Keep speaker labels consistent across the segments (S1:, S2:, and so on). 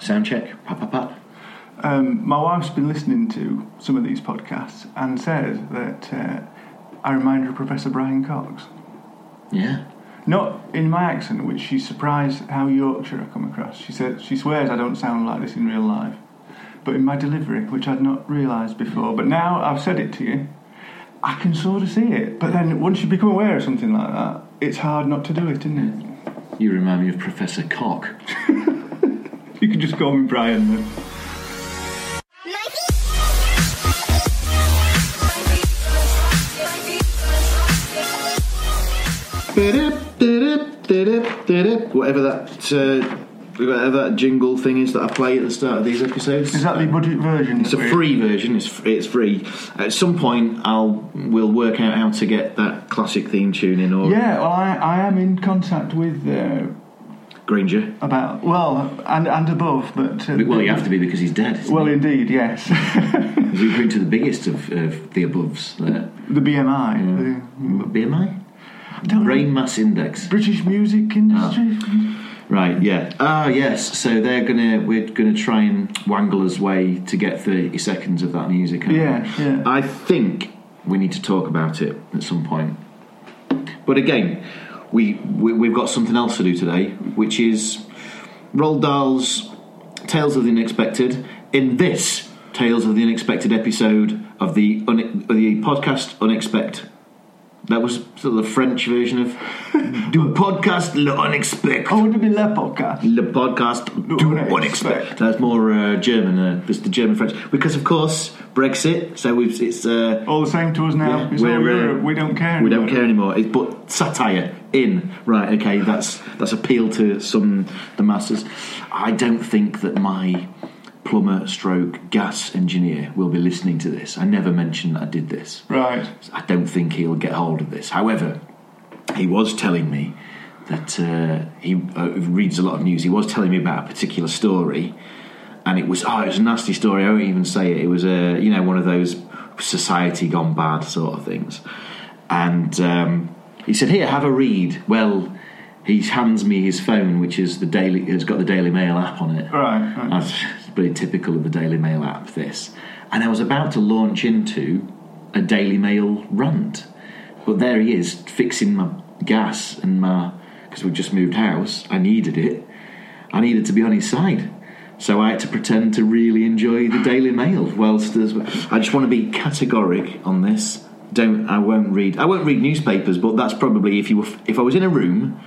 S1: Sound check. Pop, pop, pop.
S2: Um, my wife's been listening to some of these podcasts and says that uh, I remind her of Professor Brian Cox.
S1: Yeah.
S2: Not in my accent, which she's surprised how Yorkshire I come across. She said she swears I don't sound like this in real life, but in my delivery, which I'd not realised before. But now I've said it to you, I can sort of see it. But then once you become aware of something like that, it's hard not to do it, isn't it?
S1: You remind me of Professor Cock.
S2: You can just call me Brian then.
S1: Whatever that, uh, whatever that jingle thing is that I play at the start of these episodes.
S2: Is that the budget version?
S1: It's a free version. It's fr- it's free. At some point, I'll we'll work out how to get that classic theme tune in or
S2: Yeah, well, I, I am in contact with uh,
S1: Granger.
S2: about well and and above, but uh,
S1: Well, you have to be because he's dead. isn't
S2: Well,
S1: he?
S2: indeed, yes.
S1: He's referring to the biggest of, of the aboves there.
S2: the BMI,
S1: Yeah. BMI?
S2: don't know.
S1: Brain Mass Index.
S2: the British music
S1: Oh.
S2: industry.
S1: Right, yeah. Ah, yes. So they're gonna we're gonna try and wangle his way to get thirty seconds of that music. aren't we?
S2: Yeah, yeah.
S1: I think we need to talk about it at some point. But again, we, we we've got something else to do today, which is Roald Dahl's Tales of the Unexpected. In this Tales of the Unexpected episode of the une- the podcast Unexpect. That was sort of the French version of Du podcast le unexpect.
S2: Oh, would it be Le Podcast?
S1: The podcast do
S2: unexpect.
S1: not expect. That's more uh, German. Uh, it's the German French because, of course, Brexit. So we've, it's uh,
S2: All the same to us now.
S1: Yeah,
S2: it's all
S1: we're, uh,
S2: Europe. We don't care.
S1: we don't
S2: anymore.
S1: care anymore. It's but satire in right. Okay, that's that's appeal to some the masses. I don't think that my plumber stroke gas engineer will be listening to this. I never mentioned that I did this.
S2: Right.
S1: I don't think he'll get hold of this. However, he was telling me that uh, he uh, reads a lot of news. He was telling me about a particular story, and it was oh, it was a nasty story. I won't even say it. It was a you know one of those society gone bad sort of things. And um, he said, "Here, have a read." Well, he hands me his phone, which is the daily. It's got the Daily Mail app on it.
S2: Right, right.
S1: That's pretty typical of the Daily Mail app, this. And I was about to launch into a Daily Mail rant. But there he is, fixing my gas and my. Because we've just moved house, I needed it. I needed to be on his side. So I had to pretend to really enjoy the Daily Mail. Whilst there's, I just want to be categoric on this. Don't I won't read. I won't read newspapers, but that's probably if you were, if I was in a room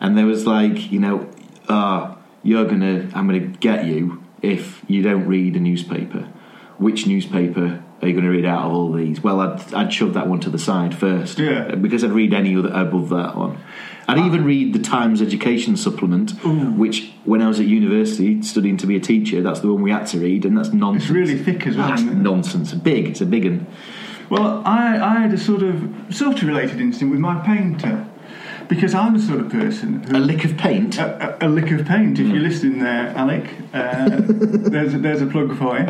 S1: and there was like you know uh, you're gonna i'm gonna get you if you don't read a newspaper which newspaper are you gonna read out of all these well i'd, I'd shove that one to the side first
S2: Yeah.
S1: because i'd read any other above that one I'd even read the Times Education Supplement, which when I was at university studying to be a teacher, that's the one we had to read, and that's nonsense.
S2: It's really thick as well.
S1: That's
S2: isn't it?
S1: nonsense. Big. It's a big one.
S2: Well, I, I had a sort of sort of related incident with my painter because I'm the sort of person who
S1: A lick of paint.
S2: a, a, a lick of paint. If you're listening there, Alec, uh, there's a, there's a plug for you.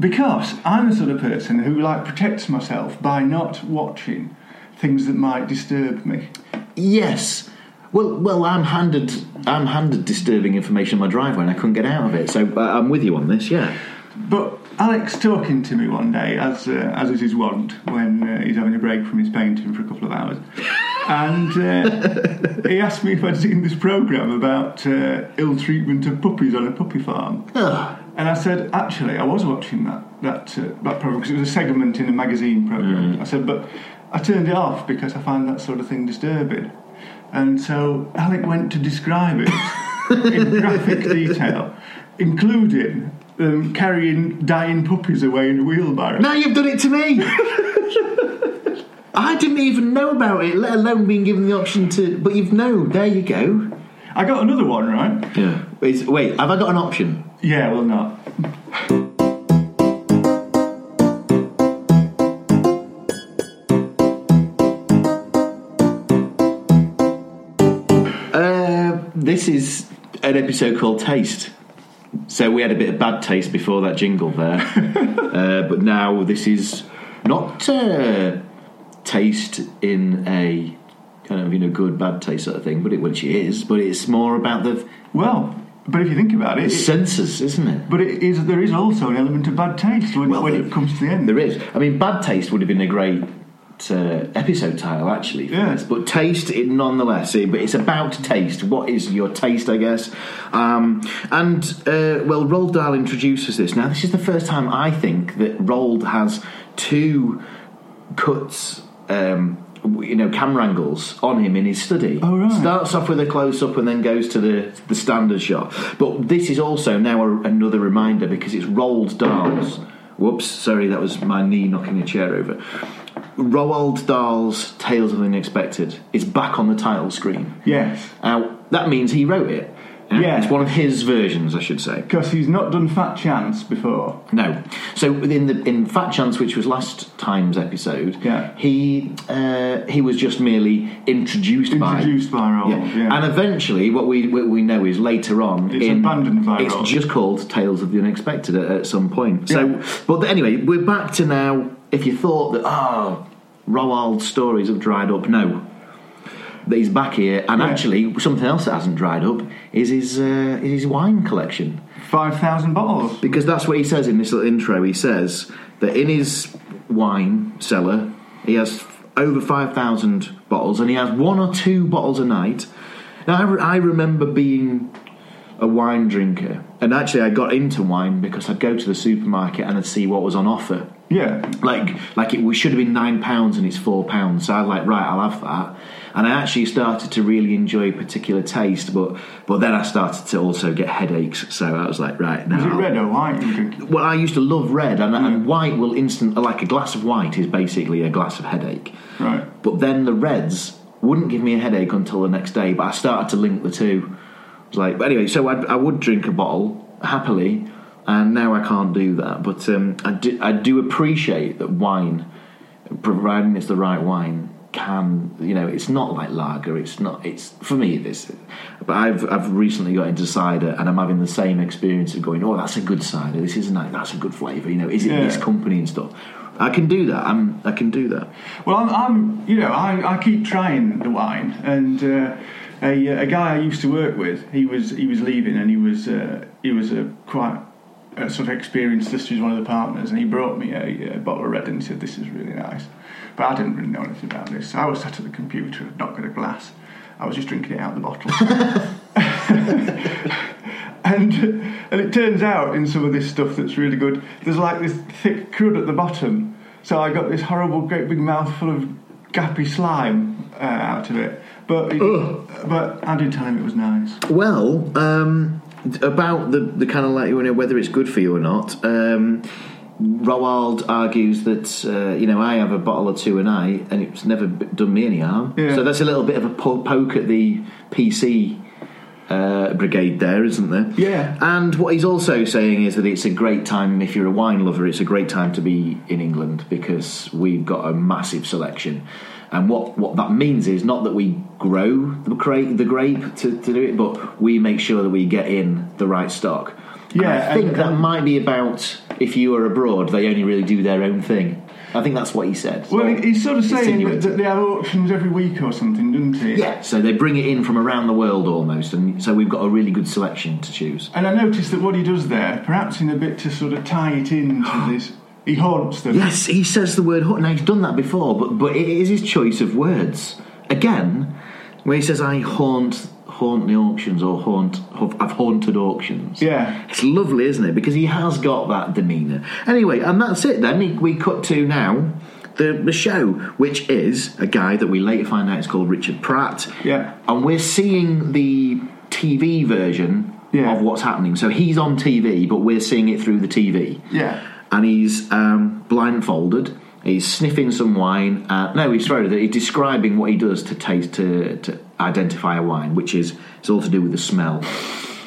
S2: Because I'm the sort of person who like protects myself by not watching things that might disturb me.
S1: Yes. Well, well, I'm handed, I'm handed disturbing information in my driveway, and I couldn't get out of it. So uh, I'm with you on this. Yeah.
S2: But Alex talking to me one day, as uh, as is his wont when uh, he's having a break from his painting for a couple of hours, and uh, he asked me if I'd seen this program about uh, ill treatment of puppies on a puppy farm.
S1: Ugh.
S2: And I said, actually, I was watching that that uh, that program because it was a segment in a magazine
S1: Mm.
S2: program. I said, but I turned it off because I find that sort of thing disturbing. And so Alec went to describe it in graphic detail, including um, carrying dying puppies away in a wheelbarrow.
S1: Now you've done it to me. I didn't even know about it, let alone being given the option to. But you've known. There you go.
S2: I got another one, right?
S1: Yeah. Wait, wait. Have I got an option?
S2: Yeah, well, not.
S1: Uh, this is an episode called Taste. So we had a bit of bad taste before that jingle there, uh, but now this is not uh, taste in a kind of you know good bad taste sort of thing, but it which it is, but it's more about the
S2: Well, But if you think about it,
S1: It's
S2: it
S1: censors, isn't it?
S2: but it is, there is also an element of bad taste when,
S1: Well,
S2: when
S1: there-
S2: it comes to the end.
S1: There is. I mean, bad taste would have been a great uh, episode title, actually. for
S2: Yeah.
S1: this, But taste, it, nonetheless. It, but it's about taste. What is your taste, I guess? Um, and, uh, well, Roald Dahl introduces this. Now, this is the first time I think that Roald has two cuts. Um, w- you know, camera angles on him in his study.
S2: Oh, right.
S1: Starts off with a close up and then goes to the the standard shot. But this is also now a, another reminder because it's Roald Dahl's. Whoops, sorry, that was my knee knocking a chair over. Roald Dahl's Tales of the Unexpected is back on the title screen.
S2: Yes.
S1: Now, that means he wrote it.
S2: Yeah.
S1: It's one of his versions, I should say.
S2: Because he's not done Fat Chance before.
S1: No. So in the in Fat Chance, which was last time's episode,
S2: Yeah.
S1: he uh, he was just merely introduced,
S2: Introduced by
S1: by.
S2: Roland.
S1: Yeah. and eventually what we what we know is later on
S2: It's
S1: in,
S2: abandoned by
S1: it's
S2: Roland.
S1: just called Tales of the Unexpected at, at some point. So, but anyway, we're back to now. If you thought that oh, Roald stories have dried up, no, that he's back here, and
S2: Yeah.
S1: actually something else that hasn't dried up is his uh, is his wine collection.
S2: 5,000 bottles.
S1: Because that's what he says in this little intro. He says that in his wine cellar, he has f- over 5,000 bottles and he has one or two bottles a night. Now, I, re- I remember being a wine drinker, and actually, I got into wine because I'd go to the supermarket and I'd see what was on offer.
S2: Yeah.
S1: Like, like it was- should have been nine pounds and it's four pounds. So I was like, right, I'll have that. And I actually started to really enjoy a particular taste, but but then I started to also get headaches. So I was like, right, now
S2: Is it
S1: I'll-
S2: red or white? you think?
S1: well, I used to love red, and, and white will instant like a glass of white is basically a glass of headache.
S2: Right.
S1: But then the reds wouldn't give me a headache until the next day. But I started to link the two. It was like, but anyway, so I'd, I would drink a bottle happily, and now I can't do that. But um, I, do, I do appreciate that wine, providing it's the right wine, can you know it's not like lager. It's not. It's for me this. But I've I've recently got into cider, and I'm having the same experience of going, oh, that's a good cider. This isn't like that's a good flavour. You know, is it
S2: Yeah.
S1: this company and stuff. I can do that. I'm, I can do that.
S2: Well, I'm, I'm you know, I, I keep trying the wine, and uh, a, a guy I used to work with, he was he was leaving, and he was uh, he was a quite a sort of experienced lister. He's one of the partners, and he brought me a, uh bottle of red, and he said, "This is really nice," but I didn't really know anything about this. So I was sat at the computer, not got a glass. I was just drinking it out of the bottle. And, and it turns out in some of this stuff that's really good, there's like this thick crud at the bottom. So I got this horrible, great big mouthful of gappy slime uh, out of it. But it- but I did tell him it was nice.
S1: Well, um, d- about the, the kind of like you know whether it's good for you or not. Um, Roald argues that uh, you know I have a bottle or two a night, and it's never b- done me any harm.
S2: Yeah.
S1: So that's a little bit of a po- poke at the PC uh, brigade, there, isn't there?
S2: Yeah.
S1: And what he's also saying is that it's a great time if you're a wine lover. It's a great time to be in England because we've got a massive selection. And what, what that means is not that we grow the grape, the grape to, to do it, but we make sure that we get in the right stock. And
S2: Yeah,
S1: I think
S2: and- um,
S1: that might be about if you are abroad, they only really do their own thing. I think that's what he said.
S2: Well, he- he's sort of saying
S1: insinuated.
S2: that, that they have auctions every week or something, doesn't he?
S1: yeah, so they bring it in from around the world almost, and so we've got a really good selection to choose.
S2: And I noticed that what he does there, perhaps in a bit to sort of tie it in to this, he haunts them.
S1: Yes, he says the word hook. Now he's done that before, but but it is his choice of words again, where he says I haunt haunt the auctions or haunt have- I've haunted auctions.
S2: Yeah.
S1: It's lovely, isn't it? Because he has got that demeanour. Anyway, and that's it then. He- We cut to now the, the show, which is a guy that we later find out is called Richard Pratt.
S2: Yeah.
S1: And we're seeing the TV version
S2: Yeah.
S1: of what's happening. So he's on TV, but we're seeing it through the TV
S2: Yeah.
S1: and he's um, blindfolded. He's sniffing some wine. Uh, no, he's sorry. He's describing what he does to taste to, to identify a wine, which is it's all to do with the smell.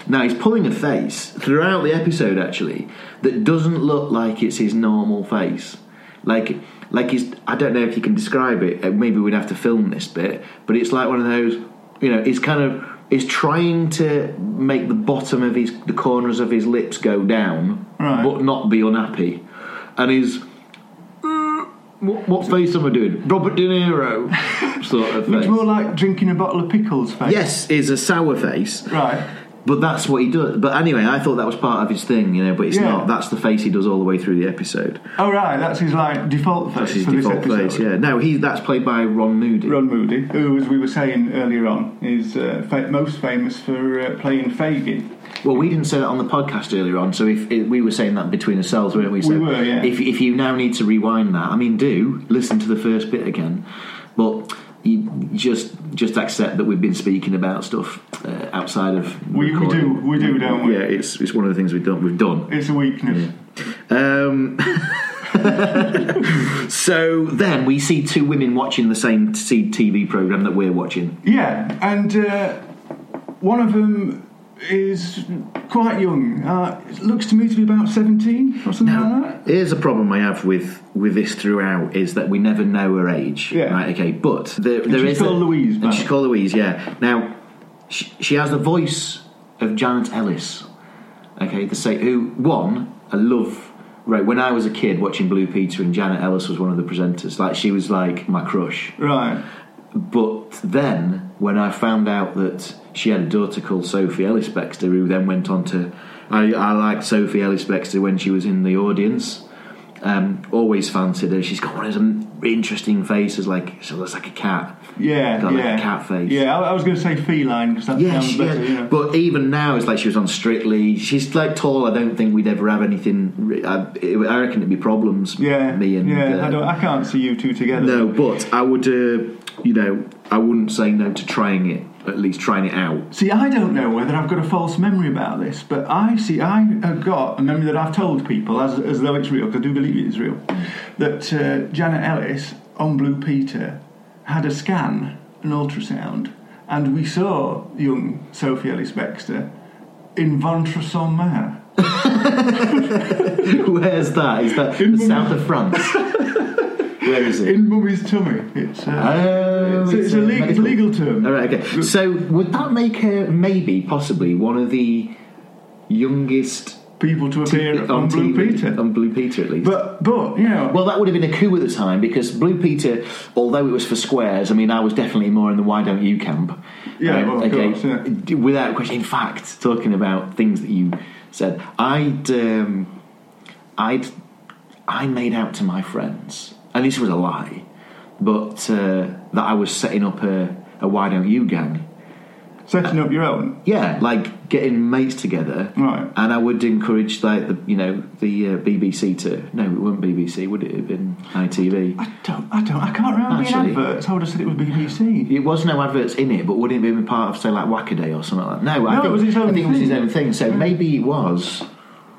S1: Now he's pulling a face throughout the episode actually that doesn't look like it's his normal face. Like like he's I don't know if you can describe it. uh, Maybe we'd have to film this bit, but it's like one of those you know. He's kind of he's trying to make the bottom of his the corners of his lips go down,
S2: Right.
S1: but not be unhappy. And he's "Mm, what, what face am I doing? Robert De Niro sort of
S2: It's
S1: face.
S2: more like drinking a bottle of pickles, face.
S1: Yes, is a sour face.
S2: Right.
S1: But that's what he does. But anyway, I thought that was part of his thing, you know. But it's
S2: Yeah.
S1: not. That's the face he does all the way through the episode.
S2: Oh right, that's his like default face
S1: That's his
S2: for
S1: default
S2: this episode.
S1: face. Yeah. No, he. That's played by Ron Moody.
S2: Ron Moody, who, as we were saying earlier on, is uh, fa- most famous for uh, playing Fagin.
S1: Well, we didn't say that on the podcast earlier on, so if, if we were saying that between ourselves, weren't we? So
S2: We were, yeah.
S1: If, if you now need to rewind that, I mean, do listen to the first bit again, but you just just accept that we've been speaking about stuff uh, outside of.
S2: We- we
S1: recording.
S2: do- we do, don't we?
S1: Yeah, it's it's one of the things we've done. We've done.
S2: It's a weakness.
S1: Um, so then we see two women watching the same t- TV program that we're watching.
S2: Yeah, and uh, one of them is quite young. Uh, it looks to me to be about 17 or something like that.
S1: Here's a problem I have with with this throughout is that we never know her age.
S2: Yeah.
S1: Right. Okay. But there, there
S2: she's
S1: is a-
S2: called Louise,
S1: And
S2: man.
S1: she's called Louise. Yeah. Now, she, she has the voice of Janet Ellis. Okay. The say who one I love. Right. When I was a kid watching Blue Peter and Janet Ellis was one of the presenters. Like she was like my crush.
S2: Right.
S1: But then, when I found out that she had a daughter called Sophie Ellis Bextor, who then went on to. I, I liked Sophie Ellis Bextor when she was in the audience. Um, always fancied her. She's got one of those interesting faces, like she looks like a cat.
S2: Yeah,
S1: Got, like,
S2: yeah.
S1: a cat face.
S2: Yeah, I, I was going to say feline because that
S1: Yeah,
S2: sounds
S1: she,
S2: better.
S1: yeah.
S2: you know.
S1: but even now, it's like she was on Strictly. She's like tall. I don't think we'd ever have anything. re- I, I reckon it'd be problems.
S2: yeah,
S1: me and
S2: yeah.
S1: uh,
S2: I, don't, I can't see you two together.
S1: no, but I would, uh, you know, I wouldn't say no to trying it. At least trying it out.
S2: See, I don't know whether I've got a false memory about this, but I see I have got a memory that I've told people as, as though it's real, because I do believe it is real, that uh, Janet Ellis on Blue Peter had a scan, an ultrasound, and we saw young Sophie Ellis Bextor in Ventre sans mer.
S1: Where's that? Is that
S2: In
S1: the
S2: Mum-
S1: south of France? Where is it?
S2: In mummy's tummy. It's,
S1: Oh,
S2: uh, it's, it's a le- it's
S1: medical-
S2: legal term.
S1: All right, okay. So would that make her maybe, possibly, one of the youngest
S2: People to appear
S1: TV
S2: on, Blue
S1: TV
S2: Peter.
S1: On Blue Peter, at least.
S2: But, but, you know,
S1: well, that would have been a coup at the time because Blue Peter, although it was for squares, I mean, I was definitely more in the why don't you camp. Um,
S2: Yeah, well, of course, yeah.
S1: D- Without question. In fact, talking about things that you said, I'd, um, I'd, I made out to my friends, and this was a lie, but uh, that I was setting up a, a why don't you gang.
S2: setting up your own.
S1: Yeah, like getting mates together.
S2: Right.
S1: And I would encourage like the you know the uh, BBC to no it wasn't BBC would it have been ITV
S2: I don't, I don't, I can't remember
S1: Actually-
S2: being adverts. I would have said it was BBC.
S1: it was no adverts in it but wouldn't it have been part of say like Wackaday or something like that no, I
S2: No, it
S1: think,
S2: was his
S1: I
S2: own
S1: think it was his
S2: thing.
S1: own thing so maybe it was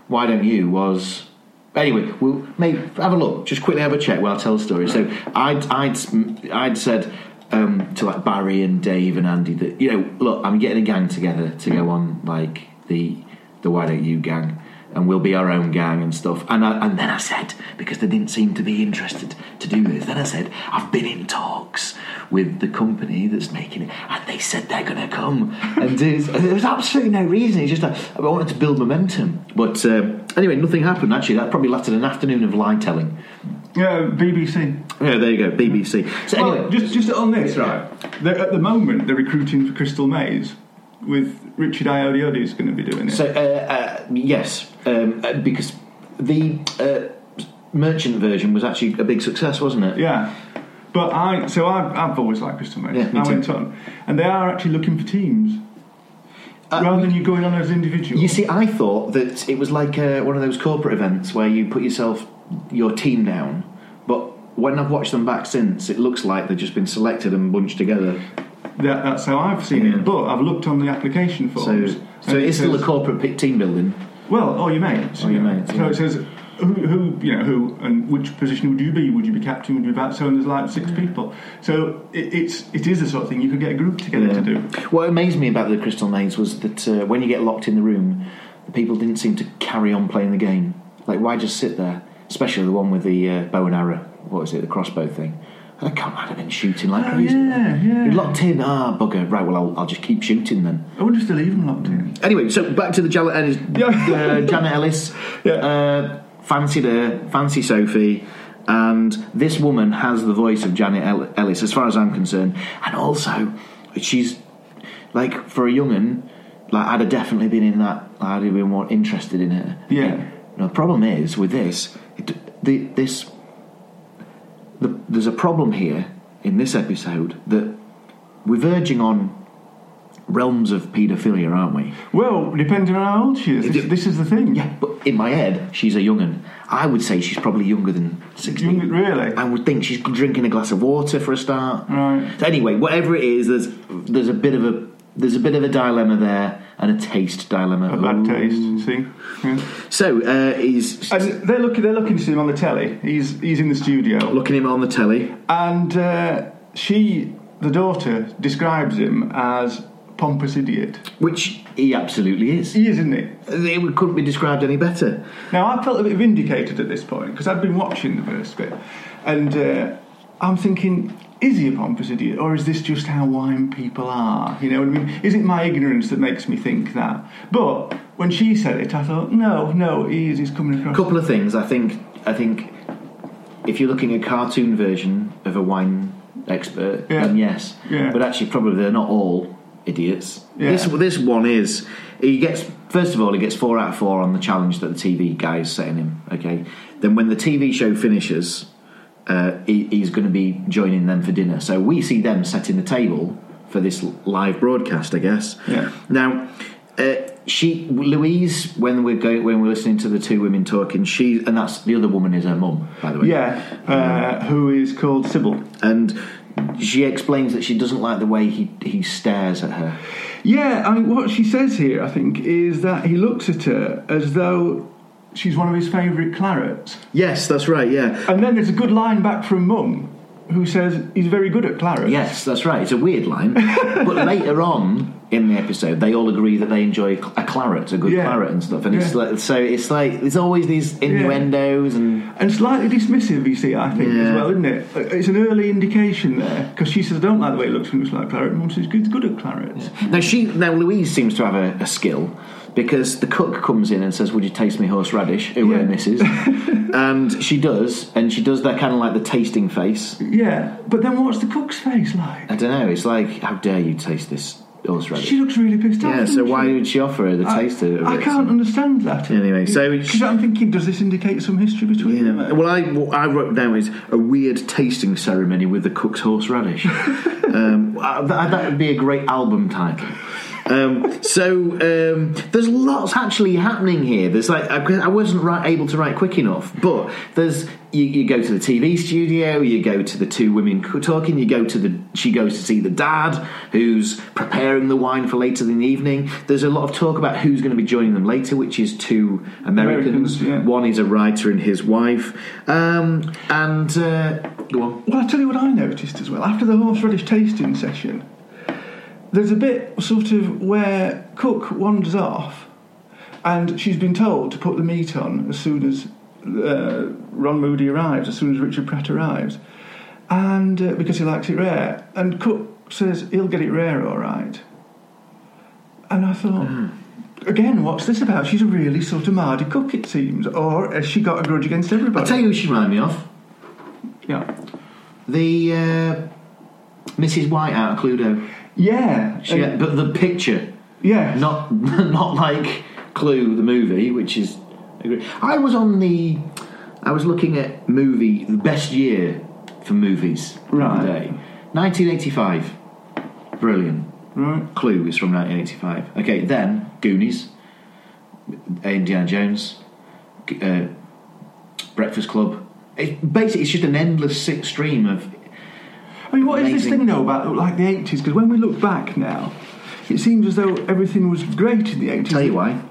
S1: why don't you was anyway we'll maybe have a look just quickly have a check while I tell the story so I'd I'd I'd said um, to like Barry and Dave and Andy that you know look I'm getting a gang together to go on like the the why don't you gang and we'll be our own gang and stuff. And I, and then I said, because they didn't seem to be interested to do this, then I said, I've been in talks with the company that's making it, and they said they're going to come and do. this. And there was absolutely no reason. It's just that I wanted to build momentum, but um, anyway, nothing happened. Actually, that probably lasted an afternoon of lie telling.
S2: Yeah, BBC.
S1: Yeah, there you go, BBC. So anyway,
S2: Well, just just on this, right? They're, at the moment, they're recruiting for Crystal Maze with Richard Iodiodi is going to be doing it.
S1: So uh, uh, yes, um, uh, because the uh, merchant version was actually a big success, wasn't it?
S2: yeah. But I, so I've, I've always liked Crystal Maze.
S1: Yeah, me
S2: I
S1: too.
S2: went on, and they are actually looking for teams
S1: Uh,
S2: rather than you going on as individuals.
S1: You see, I thought that it was like uh, one of those corporate events where you put yourself, your team down. But when I've watched them back since, it looks like they've just been selected and bunched together.
S2: that, that's how I've seen
S1: Yeah.
S2: it. But I've looked on the application
S1: So,
S2: forms.
S1: so
S2: and
S1: it is still a
S2: says-
S1: corporate pi team building.
S2: Well, or your mates.
S1: Or
S2: you
S1: your
S2: know.
S1: mates,
S2: So
S1: yeah.
S2: it says who, who, you know, who, and which position would you be? Would you be captain? Would you be back? So and there's like six people. So it, it's it is the sort of thing you could get a group together to do.
S1: What amazed me about the Crystal Maze was that uh, when you get locked in the room, the people didn't seem to carry on playing the game. Like, why just sit there? Especially the one with the uh, bow and arrow. What is it? The crossbow thing. I can't have been shooting like
S2: Oh
S1: crazy.
S2: yeah,
S1: You're
S2: yeah.
S1: locked in. Ah, bugger. Right. Well, I'll, I'll just keep shooting then.
S2: I wonder if they'll even locked in.
S1: Anyway, so back to the Janet Ellis. Uh, Janet Ellis
S2: Yeah.
S1: uh, fancied her, fancy Sophie, and this woman has the voice of Janet El- Ellis, as far as I'm concerned. And also, she's like for a young'un, like I'd have definitely been in that. I'd have been more interested in it.
S2: Yeah.
S1: Now, the problem is with this, it, the, this, the, there's a problem here in this episode that we're verging on realms of paedophilia, aren't we?
S2: Well, depending on how old she is, this, this is the thing.
S1: Yeah, but in my head, she's a young'un. I would say she's probably younger than sixteen.
S2: Young- really?
S1: I would think she's drinking a glass of water for a start.
S2: Right.
S1: So anyway, whatever it is, there's there's a bit of a there's a bit of a dilemma there and a taste dilemma.
S2: A bad
S1: Ooh.
S2: taste. See. Yeah.
S1: So uh, he's
S2: And they're looking. They're looking to see him on the telly. He's he's in the studio,
S1: looking him on the telly.
S2: and uh, she, the daughter, describes him as pompous idiot.
S1: Which he absolutely is.
S2: He is, isn't he?
S1: It couldn't be described any better.
S2: Now I felt a bit vindicated at this point because I'd been watching the first bit, and uh, I'm thinking, is he a pompous idiot, or is this just how wine people are? You know what I mean? Is it my ignorance that makes me think that? But when she said it, I thought, no, no, he is. He's coming across.
S1: A couple of things. I think. I think. If you're looking at a cartoon version of a wine expert,
S2: Yeah.
S1: then yes.
S2: Yeah.
S1: But actually, probably they're not all idiots.
S2: Yeah.
S1: This this one is. He gets first of all, he gets four out of four on the challenge that the TV guy is setting him. Okay. Then when the TV show finishes, uh, he, he's going to be joining them for dinner. So we see them setting the table for this l- live broadcast, I guess.
S2: Yeah.
S1: Now, uh, she Louise, when we're going, when we're listening to the two women talking, she and that's the other woman is her mum, by the way.
S2: yeah, uh, who is called Sybil.
S1: and she explains that she doesn't like the way he he stares at her.
S2: Yeah, I mean, what she says here, I think, is that he looks at her as though she's one of his favourite clarets.
S1: Yes, that's right. Yeah.
S2: And then there's a good line back from Mum, who says he's very good at clarets.
S1: Yes, that's right. It's a weird line, but later on in the episode, they all agree that they enjoy cl- a claret, a good
S2: Yeah.
S1: claret, and stuff. And it's
S2: Yeah.
S1: like, so it's like there's always these innuendos and
S2: And slightly dismissive, you see, I think,
S1: Yeah.
S2: as well, isn't it? It's an early indication there, because she says, I don't like the way it looks when it looks like claret. Mum says, he's good at clarets.
S1: Now she, now Louise seems to have a, a skill because the cook comes in and says, "Would you taste me horseradish?" Who
S2: Yeah.
S1: her missus, and she does, and she does that kind of like the tasting face.
S2: Yeah, but then what's the cook's face like?
S1: I don't know. It's like, how dare you taste this horseradish?
S2: She looks really pissed off.
S1: yeah. So
S2: doesn't
S1: why
S2: she?
S1: would she offer her the
S2: I-
S1: taste of it?
S2: I can't understand that.
S1: Anyway, so it's-
S2: Because I'm thinking, does this indicate some history between
S1: Yeah.
S2: them?
S1: Well, I what I wrote down is a weird tasting ceremony with the cook's horseradish. um, I- that, that would be a great album title. Um, so um, there's lots actually happening here. There's like I, I wasn't right, able to write quick enough, but there's you, you go to the TV studio, you go to the two women co- talking, you go to the she goes to see the dad who's preparing the wine for later in the evening. There's a lot of talk about who's going to be joining them later, which is two Americans,
S2: Americans, yeah.
S1: one is a writer and his wife. Um, and uh, go on.
S2: Well, I tell you what I noticed as well. After the horseradish tasting session, there's a bit sort of where Cook wanders off, and she's been told to put the meat on as soon as uh, Ron Moody arrives, as soon as Richard Pratt arrives, and uh, because he likes it rare, and Cook says he'll get it rare, all right. And I thought.
S1: Hmm.
S2: Again, what's this about? She's a really sort of mardy cook, it seems, or has she got a grudge against everybody?
S1: I'll tell you who she reminded me of.
S2: yeah,
S1: The uh, Mrs. White out of Cluedo.
S2: yeah,
S1: She,
S2: and-
S1: but the picture,
S2: yeah.
S1: not not like Clue the movie, which is. I was on the. I was looking at movie the best year for movies
S2: Right.
S1: today, 1985. Brilliant.
S2: Right.
S1: Clue is from 1985. Okay, then Goonies, uh, Indiana Jones, G- uh, Breakfast Club. It, basically, it's just an endless sick stream of.
S2: I mean, what is this
S1: Amazing.
S2: thing though about like the eighties? Because when we look back now, it seems as though everything was great in the eighties.
S1: Tell you why.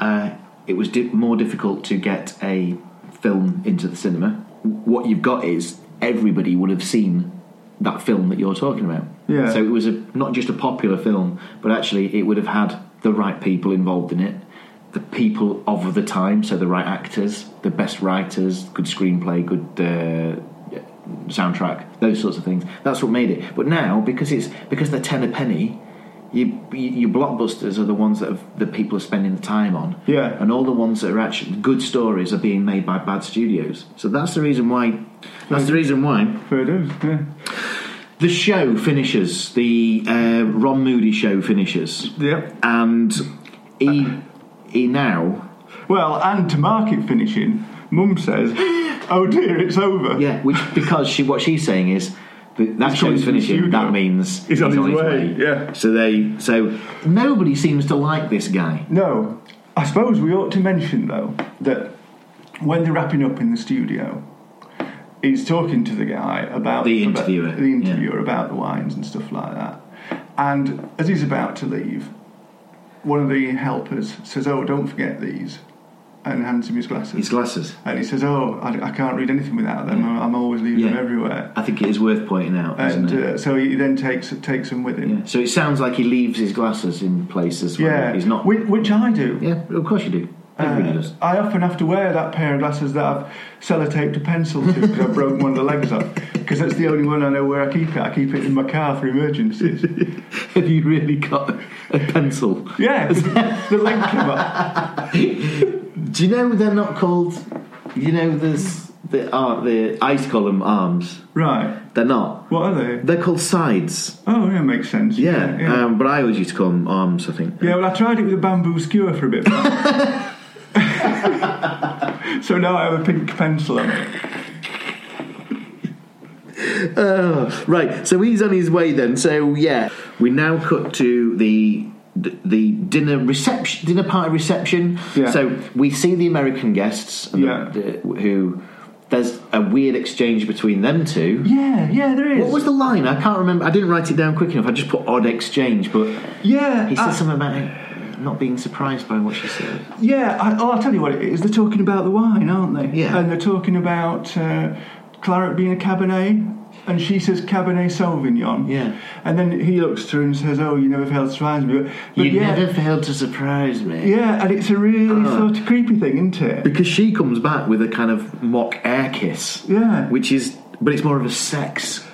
S1: Uh, it was di- more difficult to get a film into the cinema. What you've got is everybody would have seen that film that you're talking about.
S2: Yeah.
S1: So it was a, not just a popular film, but actually it would have had the right people involved in it, the people of the time, so the right actors, the best writers, good screenplay, good uh, soundtrack, those sorts of things. That's what made it. But now, because it's because they're ten a penny, you, you your blockbusters are the ones that have, that people are spending the time on.
S2: Yeah.
S1: And all the ones that are actually good stories are being made by bad studios. So that's the reason why. That's the reason why.
S2: Fair dues, yeah.
S1: The show finishes. The uh, Ron Moody show finishes,
S2: Yep.
S1: and he he now
S2: Well, and to market finishing, Mum says, "Oh dear, it's over."
S1: yeah, which because she what she's saying is that, that
S2: coming
S1: show's
S2: to the
S1: finishing.
S2: studio.
S1: That means
S2: He's on his way, yeah.
S1: So they so nobody seems to like this guy.
S2: No, I suppose we ought to mention though that when they're wrapping up in the studio, he's talking to the guy about
S1: The
S2: about-
S1: interviewer,
S2: the interviewer about the wines and stuff like that. And as he's about to leave, one of the helpers says, "Oh, don't forget these," and hands him his glasses.
S1: His glasses.
S2: and he says, "Oh, I, I can't read anything without them. I'm always leaving
S1: Yeah.
S2: them everywhere."
S1: I think it is worth pointing out,
S2: And
S1: isn't it?
S2: uh, so he then takes takes them with him.
S1: Yeah. So it sounds like he leaves his glasses in place as well.
S2: Yeah,
S1: He's not.
S2: Which, which I do.
S1: yeah, of course you do. Everybody
S2: Uh,
S1: does.
S2: I often have to wear that pair of glasses that I've sellotaped a pencil to because I've broken one of the legs off. Because that's the only one I know where I keep it. I keep it in my car for emergencies.
S1: Have you really got a pencil?
S2: Yeah, 'cause the leg came off.
S1: Do you know they're not called? You know, there's the uh, the ice column arms.
S2: Right.
S1: They're not.
S2: What are they?
S1: They're called sides.
S2: Oh, yeah, makes sense.
S1: Yeah,
S2: Yeah.
S1: Um, but I always used to call them arms. I think.
S2: Yeah, well, I tried it with a bamboo skewer for a bit. so now I have a pink pencil on it.
S1: Oh, right. So he's on his way then. So yeah, we now cut to the the dinner reception, dinner party reception.
S2: Yeah.
S1: So we see the American guests, and
S2: Yeah.
S1: the, the- who there's a weird exchange between them two.
S2: Yeah, yeah, there is.
S1: What was the line? I can't remember. I didn't write it down quick enough. I just put odd exchange, but
S2: Yeah,
S1: he said
S2: I-
S1: something about not being surprised by what she said.
S2: Yeah, I, oh, I'll tell you what it is. They're talking about the wine, aren't they?
S1: Yeah.
S2: And they're talking about uh, claret being a Cabernet, and she says Cabernet Sauvignon.
S1: Yeah.
S2: And then he looks to her and says, "Oh, you never failed to surprise me." But, but
S1: you
S2: yeah,
S1: never Oh. failed to surprise me.
S2: yeah, and it's a really sort of creepy thing, isn't it?
S1: Because she comes back with a kind of mock air kiss.
S2: Yeah.
S1: Which is, but it's more of a sex.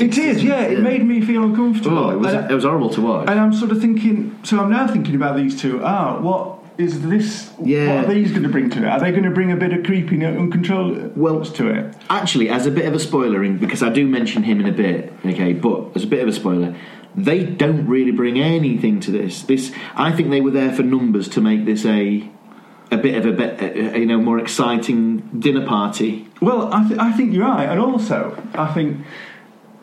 S2: It is. Yeah, it made me feel uncomfortable.
S1: Oh, it was,
S2: and,
S1: it was horrible to watch.
S2: and I'm sort of thinking. So I'm now thinking about these two. Ah, what is this?
S1: Yeah.
S2: What are these going to bring to it? Are they going to bring a bit of creepy uncontrolled
S1: Well-
S2: to it?
S1: Actually, as a bit of a spoiler, in, because I do mention him in a bit, okay, but as a bit of a spoiler, they don't really bring anything to this. This, I think they were there for numbers to make this a, a bit of a, be- a a, you know, more exciting dinner party.
S2: Well, I, th- I think you're right, and also I think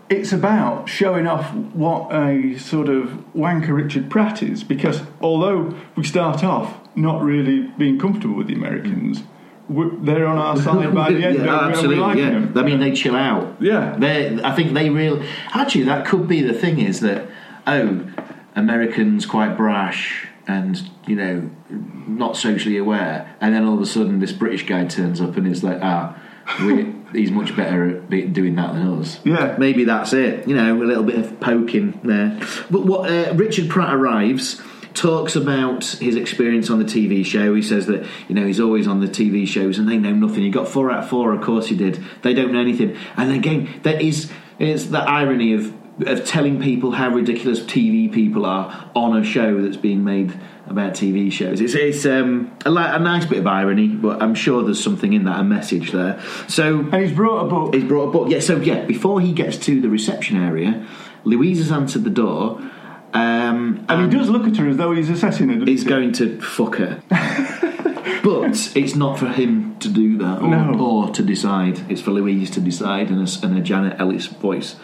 S2: it's about showing off what a sort of wanker Richard Pratt is, because although we start off not really being comfortable with the Americans, we they're on our side by the end.
S1: yeah,
S2: don't we? And we
S1: absolutely.
S2: like
S1: yeah,
S2: them.
S1: I mean, they chill out.
S2: Yeah.
S1: they. I think they real. Actually, that could be the thing is that oh, Americans quite brash and you know not socially aware, and then all of a sudden this British guy turns up and it's like ah, we, he's much better at be- doing that than us.
S2: Yeah.
S1: Maybe that's it. You know, a little bit of poking there. But what uh, Richard Pratt arrives, talks about his experience on the TV show. He says that you know he's always on the TV shows and they know nothing. He got four out of four. Of course he did. They don't know anything. And again, that is it's the irony of of telling people how ridiculous TV people are on a show that's being made about TV shows. It's it's um, a, li- a nice bit of irony, but I'm sure there's something in that, a message there. So
S2: And he's brought a book.
S1: He's brought a book. Yeah, so yeah, before he gets to the reception area, Louise has answered the door. Um, and
S2: and he does look at her as though he's assessing her. doesn't
S1: he's
S2: he?
S1: going to fuck her. but it's not for him to do that or,
S2: No.
S1: or to decide. It's for Louise to decide and a, and a Janet Ellis voice.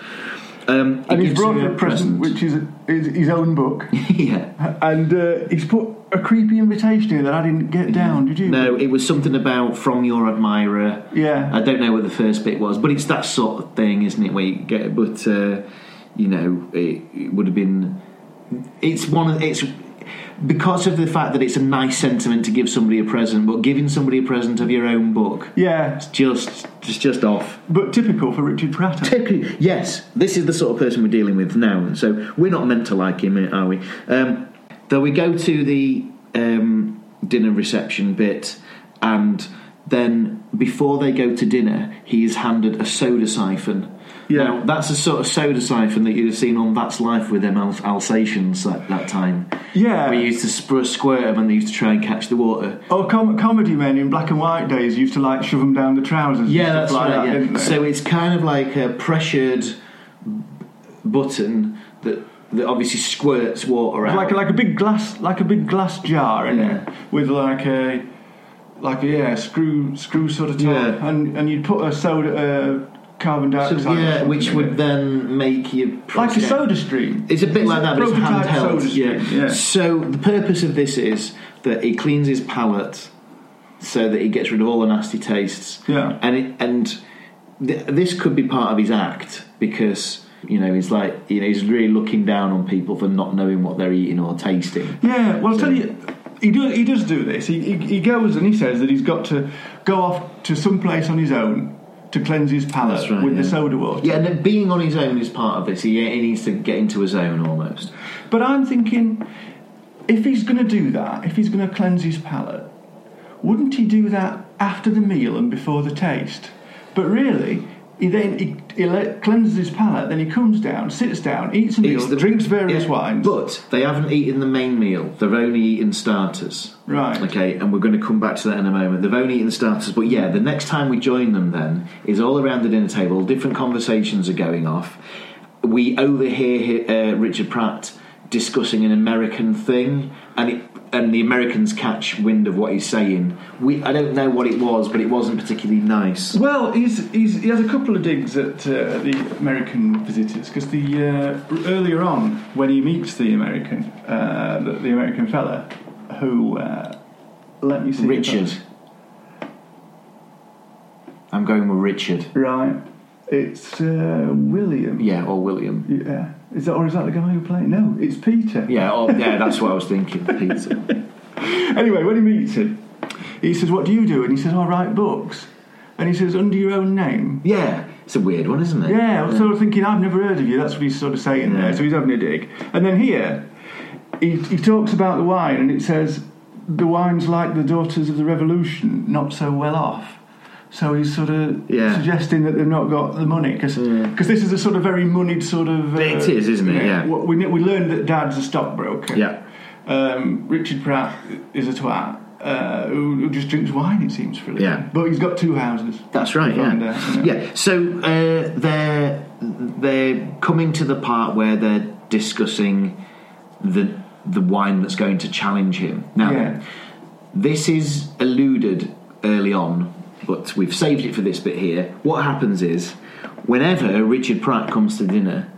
S1: Um, he
S2: and he's
S1: gives
S2: brought
S1: her
S2: her a present, which is, is his own book.
S1: yeah.
S2: and uh, he's put a creepy invitation in that I didn't get down, did you?
S1: No, it was something about from your admirer.
S2: Yeah.
S1: I don't know what the first bit was, but it's that sort of thing, isn't it? Where you get, but uh, you know, it, it would have been. It's one of it's because of the fact that it's a nice sentiment to give somebody a present, but giving somebody a present of your own book,
S2: Yeah,
S1: it's just it's just off.
S2: but typical for Richard Pratt. I
S1: Typically, yes, this is the sort of person we're dealing with now, so we're not meant to like him, eh, are we? Um, though we go to the um, dinner reception bit, and then before they go to dinner, he is handed a soda siphon.
S2: Yeah.
S1: Now, that's a sort of soda siphon that you'd have seen on That's Life with them Al- Alsatians that, that time.
S2: Yeah.
S1: We used to spr- squirt them and they used to try and catch the water.
S2: Or com- comedy men in black and white days used to like shove them down the trousers. and
S1: Yeah,
S2: stuff
S1: that's
S2: like
S1: right.
S2: That,
S1: yeah.
S2: didn't they?
S1: So it's kind of like a pressured button that that obviously squirts water out.
S2: like like a big glass like a big glass jar in
S1: Yeah.
S2: it with like a like a yeah screw screw sort of top,
S1: Yeah.
S2: and and you'd put a soda uh, carbon
S1: So,
S2: dioxide or
S1: yeah,
S2: something
S1: which
S2: in
S1: would
S2: it.
S1: then make you
S2: like a soda stream.
S1: It's a bit like that, but it's
S2: prototype soda
S1: handheld.
S2: stream, yeah.
S1: So the purpose of this is that he cleans his palate, so that he gets rid of all the nasty tastes.
S2: Yeah.
S1: and it, and th- this could be part of his act because you know he's like you know he's really looking down on people for not knowing what they're eating or tasting.
S2: Yeah, well, I'll tell you, he does, he does do this. He, he, he goes and he says that he's got to go off to some place on his own to cleanse his palate
S1: That's right,
S2: with the
S1: yeah.
S2: soda water.
S1: Yeah, and then being on his own is part of this. He, he needs to get into his own almost.
S2: But I'm thinking, if he's going to do that, if he's going to cleanse his palate, wouldn't he do that after the meal and before the taste? But really, he then he, he let, cleanses his palate, then he comes down, sits down, eats a meal,
S1: Eats the-
S2: drinks various
S1: Yeah,
S2: wines.
S1: But they haven't eaten the main meal. They've only eaten starters.
S2: Right.
S1: Okay, and we're going to come back to that in a moment. They've only eaten starters, but yeah, the next time we join them then is all around the dinner table. Different conversations are going off. We overhear hi- uh, Richard Pratt discussing an American thing, and it, and the Americans catch wind of what he's saying. We I don't know what it was, but it wasn't particularly nice.
S2: Well, he's, he's, he has a couple of digs at uh, the American visitors because the uh, earlier on when he meets the American, uh, the, the American fella, who uh, let me see if
S1: Richard. I'm going with Richard.
S2: I- right? It's uh, William.
S1: Yeah, or William.
S2: Yeah, is that or is that the guy who played? No, it's Peter.
S1: Yeah, oh, yeah, that's what I was thinking, Peter.
S2: Anyway, when he meets him, he says, "What do you do?" And he says, "I write books." And he says, "Under your own name."
S1: yeah, it's a weird one, isn't it?
S2: Yeah, I was sort of thinking, I've never heard of you. That's what he's sort of saying there.
S1: Yeah.
S2: So he's having a dig. And then here, he, he talks about the wine and it says, the wine's like the daughters of the revolution, not so well off. So he's sort of
S1: Yeah.
S2: suggesting that they've not got the money because this is a sort of very moneyed sort of. Uh,
S1: It is, isn't it? Yeah.
S2: What we, kn- we learned that dad's a stockbroker.
S1: Yeah.
S2: Um, Richard Pratt is a twat. Uh, who who just drinks wine, it seems, for a living.
S1: Yeah.
S2: But he's got two houses.
S1: That's right,
S2: Found
S1: yeah.
S2: out,
S1: yeah. so uh, they're, they're coming to the part where they're discussing the, the wine that's going to challenge him. Now,
S2: Yeah.
S1: this is alluded early on, but we've saved it for this bit here. What happens is, whenever Richard Pratt comes to dinner,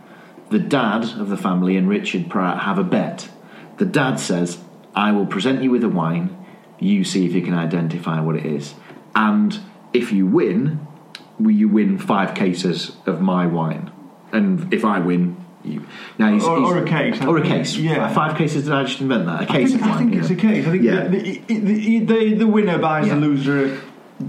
S1: the dad of the family and Richard Pratt have a bet. The dad says, I will present you with a wine, you see if you can identify what it is. And if you win, will you win five cases of my wine? And if I win, you. Now he's,
S2: Or-
S1: he's-
S2: or a case, I
S1: Or a
S2: think.
S1: case.
S2: Yeah.
S1: Five cases, did I just invent that? A
S2: I
S1: case
S2: think,
S1: of wine.
S2: I think
S1: yeah.
S2: it's the case. I think
S1: Yeah.
S2: the, the, the, the, the winner buys
S1: Yeah.
S2: the loser.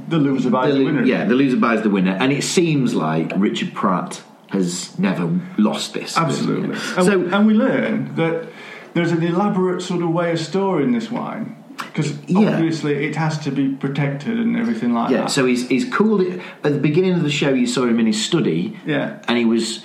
S2: The loser buys
S1: The
S2: the,
S1: lo-
S2: winner.
S1: Yeah, the loser buys the winner, and it seems like Richard Pratt has never lost this.
S2: absolutely. And,
S1: So-
S2: we, and we learn that there's an elaborate sort of way of storing this wine because
S1: Yeah.
S2: obviously it has to be protected and everything like
S1: Yeah,
S2: that.
S1: so he's he's cooled it at the beginning of the show. You saw him in his study,
S2: yeah,
S1: and he was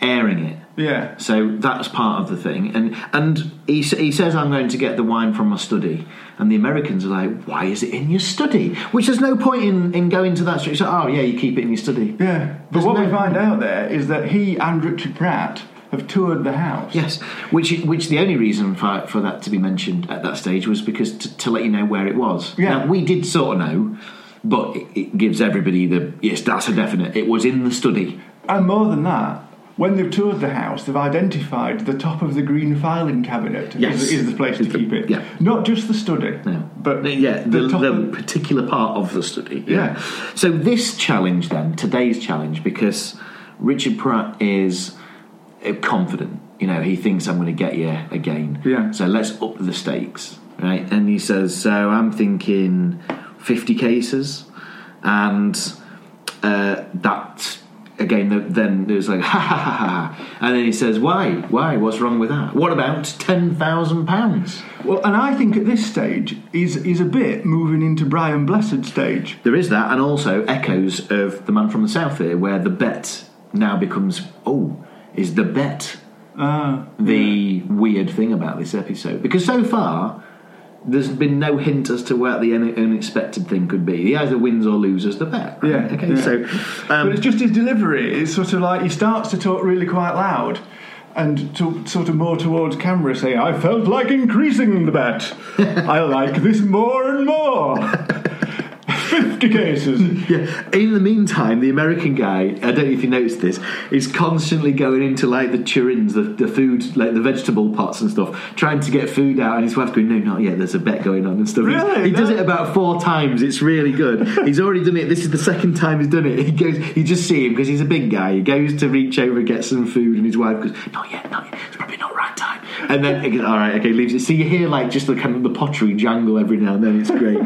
S1: airing it.
S2: yeah.
S1: So that was part of the thing, and and he s- he says, "I'm going to get the wine from my study," and the Americans are like, "Why is it in your study?" Which there's no point in, in going to that. Street. So, oh yeah, you keep it in your study.
S2: Yeah, but
S1: There's
S2: what
S1: no-
S2: we find out there is that he and Richard Pratt have toured the house.
S1: Yes, which which the only reason for, for that to be mentioned at that stage was because to, to let you know where it was.
S2: Yeah.
S1: Now, we did sort of know, but it, it gives everybody the yes, that's a definite. It was in the study.
S2: And more than that, when they've toured the house, they've identified the top of the green filing cabinet
S1: Yes.
S2: is, is the place to
S1: Is the-
S2: keep it.
S1: yeah.
S2: Not just the study,
S1: No.
S2: but
S1: yeah, the,
S2: top
S1: the
S2: of-
S1: particular part of the study.
S2: Yeah.
S1: So this challenge then, today's challenge, because Richard Pratt is uh, confident. You know, he thinks I'm going to get you again.
S2: Yeah.
S1: So let's up the stakes, right? And he says, so I'm thinking 50 cases, and uh, that again. th- Then there's like ha ha ha ha, and then he says, why, why? What's wrong with that? What about ten thousand pounds?
S2: Well, and I think at this stage he's, he's a bit moving into Brian Blessed stage.
S1: There is that, and also echoes of the man from the south here, where the bet now becomes oh, is the bet
S2: Uh,
S1: the weird thing about this episode? Because so far, there's been no hint as to where the un- unexpected thing could be. He either wins or loses the bet. right?
S2: Yeah,
S1: Okay.
S2: yeah.
S1: So, um,
S2: but it's just his delivery. It's sort of like he starts to talk really quite loud and to, sort of more towards camera say, I felt like increasing the bet. I like this more and more. 50 cases.
S1: Yeah. In the meantime, the American guy, I don't know if you noticed this, is constantly going into like the churins, the, the food, like the vegetable pots and stuff, trying to get food out, and his wife's going, No, not yet, there's a bet going on and stuff. He's-
S2: Really?
S1: He does
S2: No.
S1: it about four times, it's really good. he's already done it, this is the second time he's done it. He goes, You just see him because he's a big guy, he goes to reach over, get some food, and his wife goes, Not yet, not yet, it's probably not right time. And then it goes, all right, okay, leaves it. So you hear like just the kind of the pottery jangle every now and then. It's great.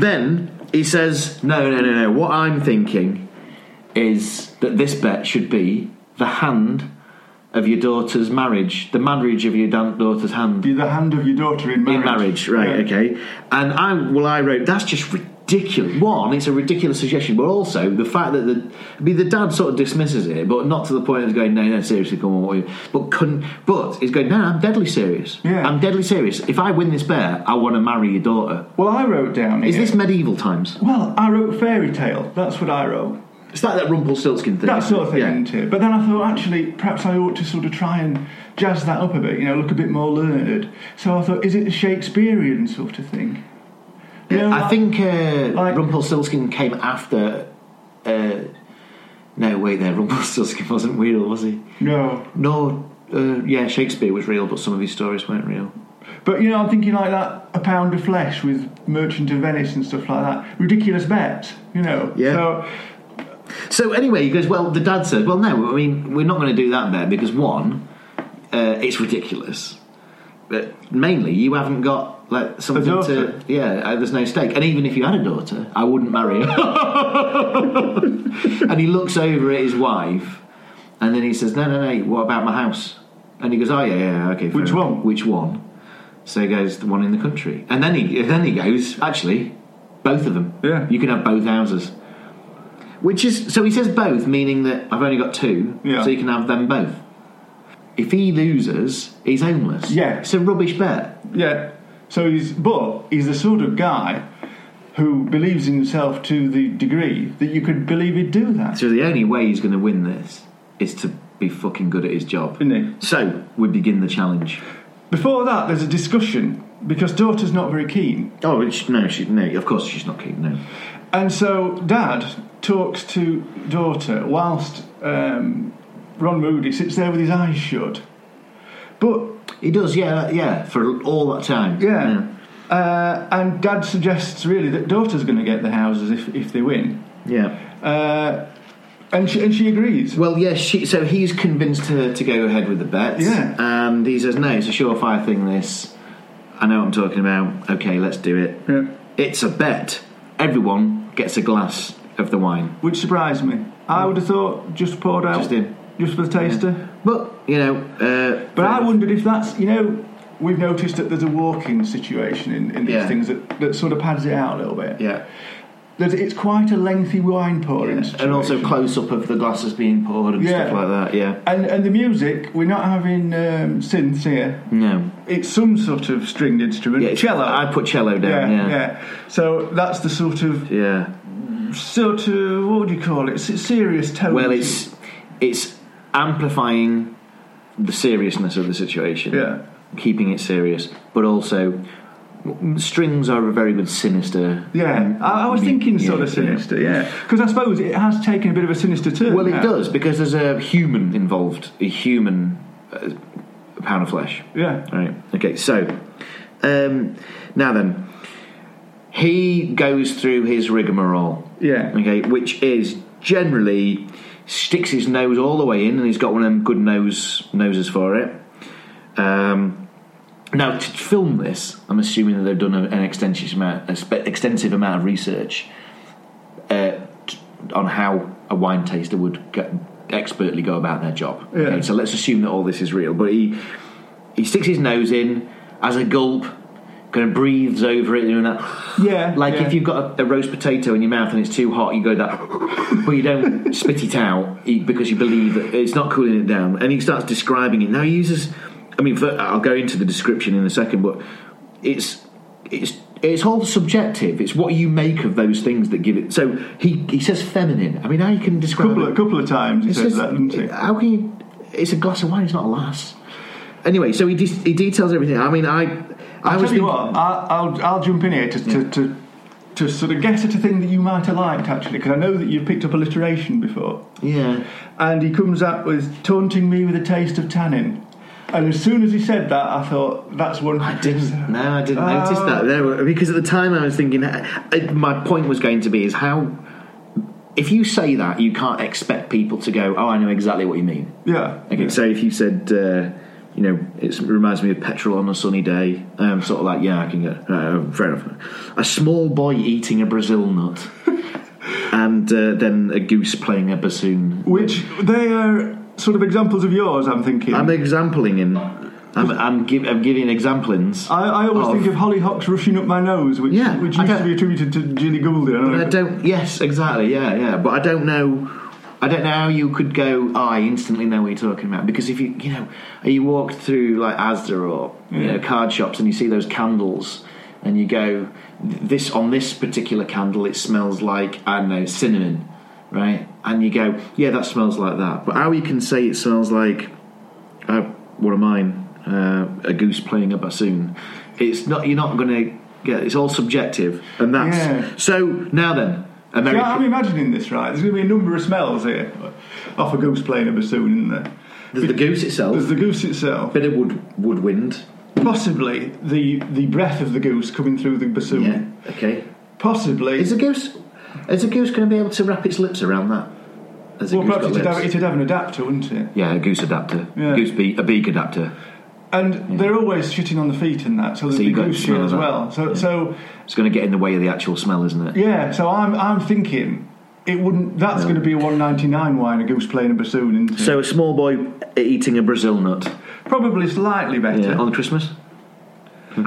S1: then he says, no, no, no, no. What I'm thinking is that this bet should be the hand of your daughter's marriage, the marriage of your dan- daughter's hand
S2: Be the hand of your daughter in marriage.
S1: in marriage, right? Okay, and I well, I wrote that's just ridiculous. One, it's a ridiculous suggestion, but also the fact that the I mean, the dad sort of dismisses it, but not to the point of going, no, no, seriously, come on, what are you-" but couldn't, but he's going, no, I'm deadly serious.
S2: Yeah.
S1: I'm deadly serious. If I win this bet, I want to marry your daughter.
S2: Well, I wrote down
S1: Is
S2: here-
S1: this medieval times?
S2: Well, I wrote fairy tale. That's what I wrote.
S1: It's like that Rumpelstiltskin thing.
S2: That
S1: isn't
S2: sort of
S1: it?
S2: thing, isn't it? But then I thought, actually, perhaps I ought to sort of try and jazz that up a bit, you know, look a bit more learned. So I thought, is it a Shakespearean sort of thing? You
S1: Yeah,
S2: know,
S1: I think uh,
S2: like-
S1: Rumpelstiltskin came after. Uh, no, wait there. Rumpelstiltskin wasn't real, was he?
S2: No.
S1: No, uh, yeah, Shakespeare was real, but some of his stories weren't real.
S2: But, you know, I'm thinking like that a pound of flesh with Merchant of Venice and stuff like that. Ridiculous bet, you know.
S1: Yeah.
S2: So,
S1: So anyway, he goes. Well, the dad says, "Well, no, I mean, we're not going to do that there because one, uh, it's ridiculous, but mainly you haven't got like something
S2: daughter.
S1: to. Yeah, uh, there's no stake, and even if you had a daughter, I wouldn't marry her." and he looks over at his wife, and then he says, "No, no, no. What about my house?" And he goes, "Oh yeah, yeah, yeah, okay. fair
S2: Which
S1: enough.
S2: one?
S1: Which one?" So he goes, "The one in the country." And then he then he goes, "Actually, both of them.
S2: Yeah.
S1: you can have both houses." Which is so he says both, meaning that I've only got two,
S2: Yeah.
S1: so you can have them both. If he loses, he's homeless.
S2: Yeah.
S1: it's a rubbish bet.
S2: yeah. So he's, but he's the sort of guy who believes in himself to the degree that you could believe he'd do that,
S1: So the only way he's going to win this is to be fucking good at his job.
S2: isn't he?
S1: So we begin the challenge.
S2: Before that, there's a discussion because daughter's not very keen,
S1: Oh, it's, no, she, no, of course she's not keen. No,
S2: and so dad talks to daughter whilst um, Ron Moody sits there with his eyes shut. But
S1: he does. Yeah, yeah, for all that time.
S2: yeah, Uh, and dad suggests really that daughter's going to get the houses if if they win,
S1: yeah. yeah.
S2: uh, and she and she agrees.
S1: Well, yes, she, so he's convinced her to go ahead with the bet.
S2: Yeah.
S1: And he says, no, it's a surefire thing, this. I know what I'm talking about. Okay, let's do it.
S2: Yeah.
S1: It's a bet. Everyone gets a glass of the wine.
S2: Which surprised me. I would have thought just poured out,
S1: Just in.
S2: just for the taster.
S1: But, you know. Uh,
S2: But I
S1: would.
S2: wondered if that's you know we've noticed that there's a walking situation in, in these
S1: Yeah.
S2: things that, that sort of pads it out a little bit.
S1: Yeah.
S2: That it's quite a lengthy wine pouring situation.
S1: And also close up of the glasses being poured and
S2: Yeah.
S1: stuff like that, yeah.
S2: And, and the music, we're not having um, synths here.
S1: No.
S2: It's some sort of stringed instrument.
S1: Yeah, it's-
S2: cello.
S1: I put cello
S2: yeah,
S1: down,
S2: yeah,
S1: yeah.
S2: So that's the sort of
S1: Yeah.
S2: sort of what would you call it? S- serious tone.
S1: Well, it's, it's amplifying the seriousness of the situation.
S2: yeah,
S1: keeping it serious, but also m- strings are a very good sinister.
S2: yeah. I, I was thinking sort of
S1: yeah.
S2: sinister, yeah. Because I suppose it has taken a bit of a sinister turn.
S1: Well, it
S2: now.
S1: does because there's a human involved, a human uh, pound of flesh.
S2: Yeah.
S1: All right. Okay. So um, now then, he goes through his rigmarole.
S2: Yeah.
S1: Okay, which is generally sticks his nose all the way in, and he's got one of them good nose noses for it. Um, now to film this, I'm assuming that they've done a, an extensive amount, a spe- extensive amount of research uh, t- on how a wine taster would go, expertly go about their job.
S2: Yeah.
S1: Okay, so let's assume that all this is real, but he he sticks his nose in as a gulp, kind of breathes over it, doing that.
S2: Yeah.
S1: Like
S2: yeah.
S1: if you've got a, a roast potato in your mouth and it's too hot, you go that, but you don't spit it out you- because you believe that it's not cooling it down. And he starts describing it. Now he uses, I mean, for, I'll go into the description in a second, but it's it's it's all subjective. It's what you make of those things that give it. So he he says feminine. I mean, how you can
S2: A
S1: describe
S2: couple of,
S1: it?
S2: couple of times he
S1: It
S2: says
S1: says-
S2: that, doesn't he?
S1: How can you? It's a glass of wine. It's not a lass. Anyway, so he de- he details everything. I mean, I I
S2: I'll
S1: was
S2: tell
S1: thinking-
S2: you what, I, I'll, I'll jump in here to, to, to, to sort of guess at a thing that you might have liked, actually, because I know that you've picked up alliteration before.
S1: Yeah.
S2: And he comes up with taunting me with a taste of tannin. And as soon as he said that, I thought, that's one.
S1: I didn't. No, I didn't notice
S2: Oh.
S1: that. No, because at the time I was thinking, I, my point was going to be is how if you say that you can't expect people to go, oh, I know exactly what you mean.
S2: Yeah.
S1: Okay,
S2: yeah.
S1: so if you said, uh, you know, it reminds me of petrol on a sunny day, um, sort of like, yeah, I can get, uh, fair enough. A small boy eating a Brazil nut, and uh, then a goose playing a bassoon.
S2: Which they are sort of examples of yours, I'm thinking.
S1: I'm exampling in. I'm, I'm, give, I'm giving examplings.
S2: I, I always
S1: Of-
S2: think of hollyhocks rushing up my nose, which,
S1: Yeah,
S2: which
S1: I
S2: used to
S1: don't-
S2: be attributed to Julie Gould. I don't
S1: But
S2: know.
S1: I don't. Yes, exactly. Yeah, yeah. But I don't know. I don't know how you could go. "Oh, I instantly know what you're talking about because if you, you know, you walk through like Asda or you know card shops and you see those candles and you go, this on this particular candle it smells like I don't know cinnamon, right? And you go, yeah, that smells like that. But how you can say it smells like uh, one of mine, uh, a goose playing a bassoon. It's not. You're not going to get. It's all subjective, and that's.
S2: Yeah.
S1: So now then, American.
S2: Yeah, I'm imagining this right. There's going to be a number of smells here off a goose playing a bassoon, isn't there?
S1: there's the goose itself,
S2: There's the goose itself,
S1: bit of wood woodwind.
S2: possibly the the breath of the goose coming through the bassoon,
S1: Yeah. Okay.
S2: possibly.
S1: Is a goose? Is a goose going to be able to wrap its lips around that? Has a
S2: well,
S1: goose
S2: perhaps
S1: got
S2: it'd have,
S1: lips?
S2: it'd have an adapter, wouldn't it?
S1: yeah, a goose adapter.
S2: Yeah.
S1: Goose bee, a beak adapter.
S2: And they're always shitting on the feet in that, so there's
S1: So
S2: the
S1: you've got
S2: goose
S1: to
S2: shit
S1: smell
S2: as
S1: that.
S2: well. So,
S1: Yeah.
S2: so
S1: It's going to get in the way of the actual smell, isn't it?
S2: yeah. So I'm I'm thinking it wouldn't. That's
S1: No.
S2: going to be a 199 wine, a goose playing a bassoon, isn't it?
S1: So a small boy eating a Brazil nut
S2: probably slightly better.
S1: yeah, on Christmas.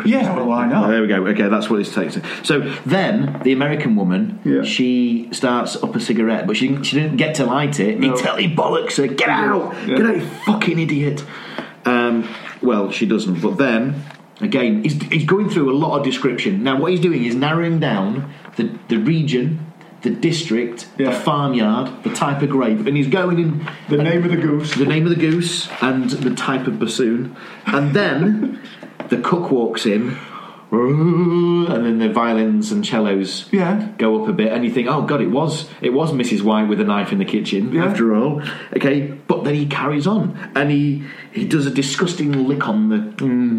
S2: Yeah, well, why not?
S1: There we go. Okay, that's what it takes. So then, the American woman,
S2: Yeah.
S1: she starts up a cigarette, but she didn't, she didn't get to light it.
S2: No.
S1: He, tell, he bollocks her, get out,
S2: Yeah.
S1: get out, you fucking idiot. Um, well, she doesn't. But then, again, he's, he's going through a lot of description. Now, what he's doing is narrowing down the, the region, the district,
S2: Yeah.
S1: the farmyard, the type of grape, and he's going in
S2: The name of the goose.
S1: the name of the goose and the type of bassoon, and then the cook walks in, and then the violins and cellos
S2: Yeah.
S1: go up a bit, and you think, oh god, it was it was Mrs. White with a knife in the kitchen
S2: Yeah.
S1: after all, okay. But then he carries on, and he he does a disgusting lick on the mm,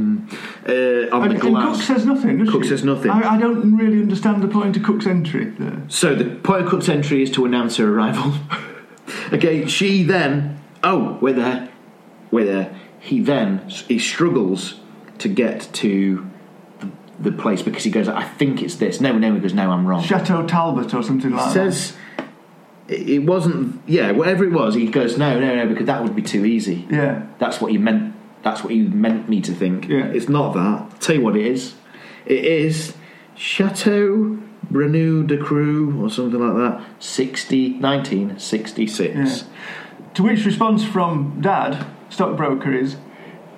S1: uh, on
S2: And,
S1: the
S2: and
S1: glass.
S2: Cook says nothing. does
S1: Cook
S2: she?
S1: says nothing.
S2: I, I don't really understand the point of Cook's entry there.
S1: So the point of Cook's entry is to announce her arrival. okay, she then. Oh, wait there, wait there. He then he struggles to get to the, the place because he goes. I think it's this. No, no. He goes. No, I'm wrong.
S2: Chateau Talbot or something like
S1: Says it it wasn't. Yeah, whatever it was. He goes. No, no, no. Because that would be too easy.
S2: that. Yeah.
S1: That's what you meant. That's what you meant me to think.
S2: Yeah.
S1: It's not that. Tell you what it is. It is Chateau Renew de Cru or something like that. 60, 1966.
S2: To which response from Dad, stockbroker, is,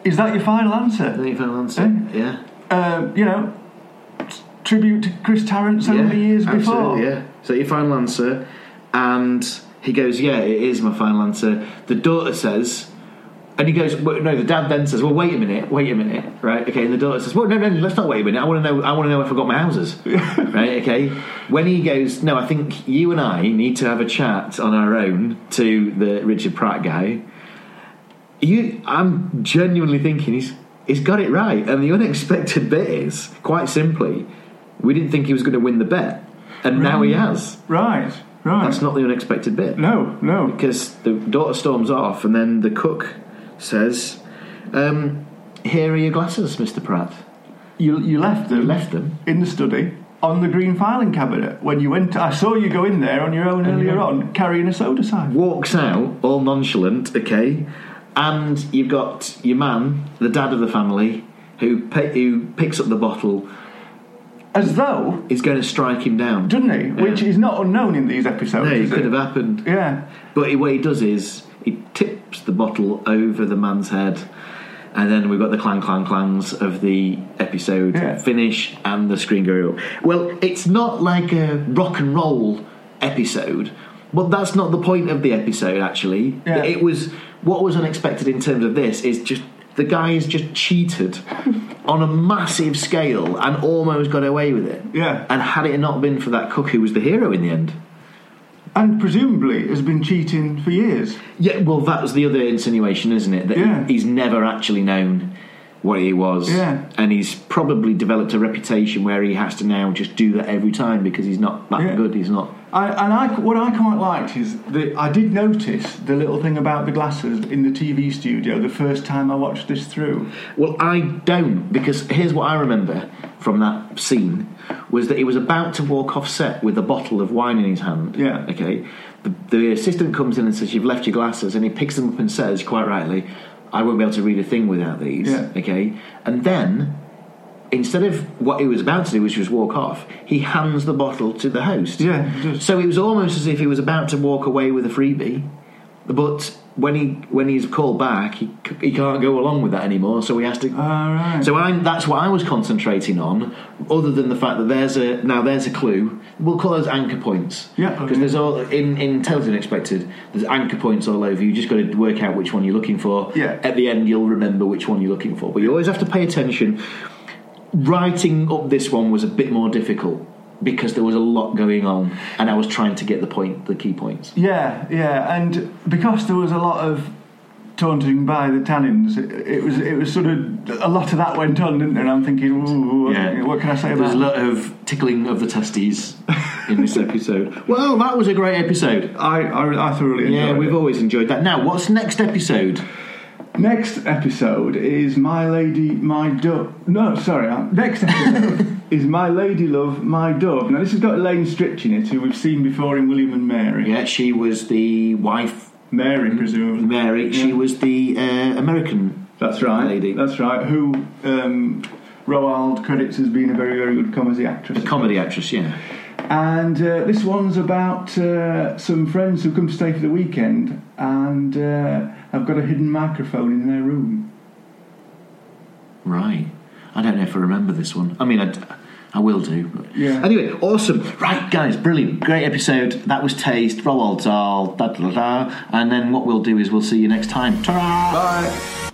S2: is that your final
S1: I
S2: answer?
S1: think you answer.
S2: Eh?
S1: Yeah.
S2: Uh, you know, t- tribute to Chris Tarrant so many years before.
S1: absolutely, Yeah. So your final answer, and he goes, "Yeah, it is my final answer." The daughter says, and he goes, well, "No." The dad then says, "Well, wait a minute, wait a minute, right? Okay." And the daughter says, "Well, no, no, let's not wait a minute. I want to know. I want to know if I got my houses, right? Okay." When he goes, "No, I think you and I need to have a chat on our own to the Richard Pratt guy." You, I'm genuinely thinking he's he's got it right, and the unexpected bit is quite simply, we didn't think he was going to win the bet, and now he has.
S2: Right, right.
S1: That's not the unexpected bit
S2: no, no.
S1: because the daughter storms off, and then the cook says, um, "Here are your glasses, Mister Pratt."
S2: You, you left them
S1: You left them.
S2: in the study on the green filing cabinet when you went. I saw you go in there on your own earlier on carrying a soda sign.
S1: Walks out all nonchalant, okay, and you've got your man, the dad of the family, who pi- who picks up the bottle
S2: As though
S1: is going to strike him down.
S2: doesn't he? Which is not unknown in these episodes.
S1: No,
S2: is
S1: it
S2: it?
S1: could have happened.
S2: Yeah.
S1: But he- what he does is he tips the bottle over the man's head, And then we've got the clang clang clangs of the episode
S2: Yeah.
S1: finish and the screen going up. Well, it's not like a rock and roll episode, but that's not the point of the episode actually.
S2: Yeah.
S1: It was what was unexpected in terms of this is just the guy has just cheated on a massive scale and almost got away with it.
S2: Yeah.
S1: And had it not been for that cook who was the hero in the end.
S2: And presumably has been cheating for years.
S1: Yeah, well, that was the other insinuation, isn't it? That he-
S2: Yeah.
S1: he's never actually known what he was.
S2: Yeah.
S1: And he's probably developed a reputation where he has to now just do that every time because he's not that
S2: Yeah.
S1: good. He's not.
S2: I, and I, what I quite liked is that I did notice the little thing about the glasses in the TV studio the first time I watched this through.
S1: Well, I don't, because here's what I remember from that scene was that he was about to walk off set with a bottle of wine in his hand.
S2: Yeah.
S1: Okay. The, the assistant comes in and says, You've left your glasses. And he picks them up and says, quite rightly, I won't be able to read a thing without these.
S2: Yeah.
S1: Okay. And then instead of what he was about to do, which was walk off, he hands the bottle to the host.
S2: Yeah, he does.
S1: So it was almost as if he was about to walk away with a freebie, but when he when he's called back, he c- he can't go along with that anymore. So he has to.
S2: All Ah, right.
S1: So I, that's what I was concentrating on, other than the fact that there's a now there's a clue. We'll call those anchor points.
S2: Yeah,
S1: because
S2: okay.
S1: there's all in in Television Expected. There's anchor points all over. You just got to work out which one you're looking for.
S2: Yeah.
S1: At the end, you'll remember which one you're looking for, but you always have to pay attention. Writing up this one was a bit more difficult because there was a lot going on, and I was trying to get the point, the key points.
S2: Yeah, yeah, and because there was a lot of taunting by the tannins, it, it was it was sort of a lot of that went on, didn't there? And I'm thinking, ooh,
S1: Yeah.
S2: what can I say
S1: There's
S2: about
S1: a
S2: that?
S1: lot of tickling of the testes in this episode. Well, that was a great episode.
S2: I, I, I thoroughly enjoyed
S1: Yeah, we've
S2: it.
S1: always enjoyed that. Now, what's next episode?
S2: Next episode is My Lady, My Dove. No, sorry. uh, Next episode is My Lady Love, My Dove. Now, this has got Elaine Stritch in it, who we've seen before in William and Mary.
S1: Yeah, she was the wife,
S2: Mary, presumably.
S1: Mary. She was the uh, American.
S2: That's right.
S1: Lady.
S2: That's right. Who um, Roald credits as being a very, very good comedy actress.
S1: Comedy actress, yeah.
S2: And uh, this one's about uh, some friends who come to stay for the weekend and uh, have got a hidden microphone in their room.
S1: Right. I don't know if I remember this one. I mean, I, d- I will do. but-
S2: Yeah.
S1: Anyway, awesome. Right, guys, brilliant. Great episode. That was Taste, Roald Dahl, da da da da. And then what we'll do is we'll see you next time. Ta-ra!
S2: Bye.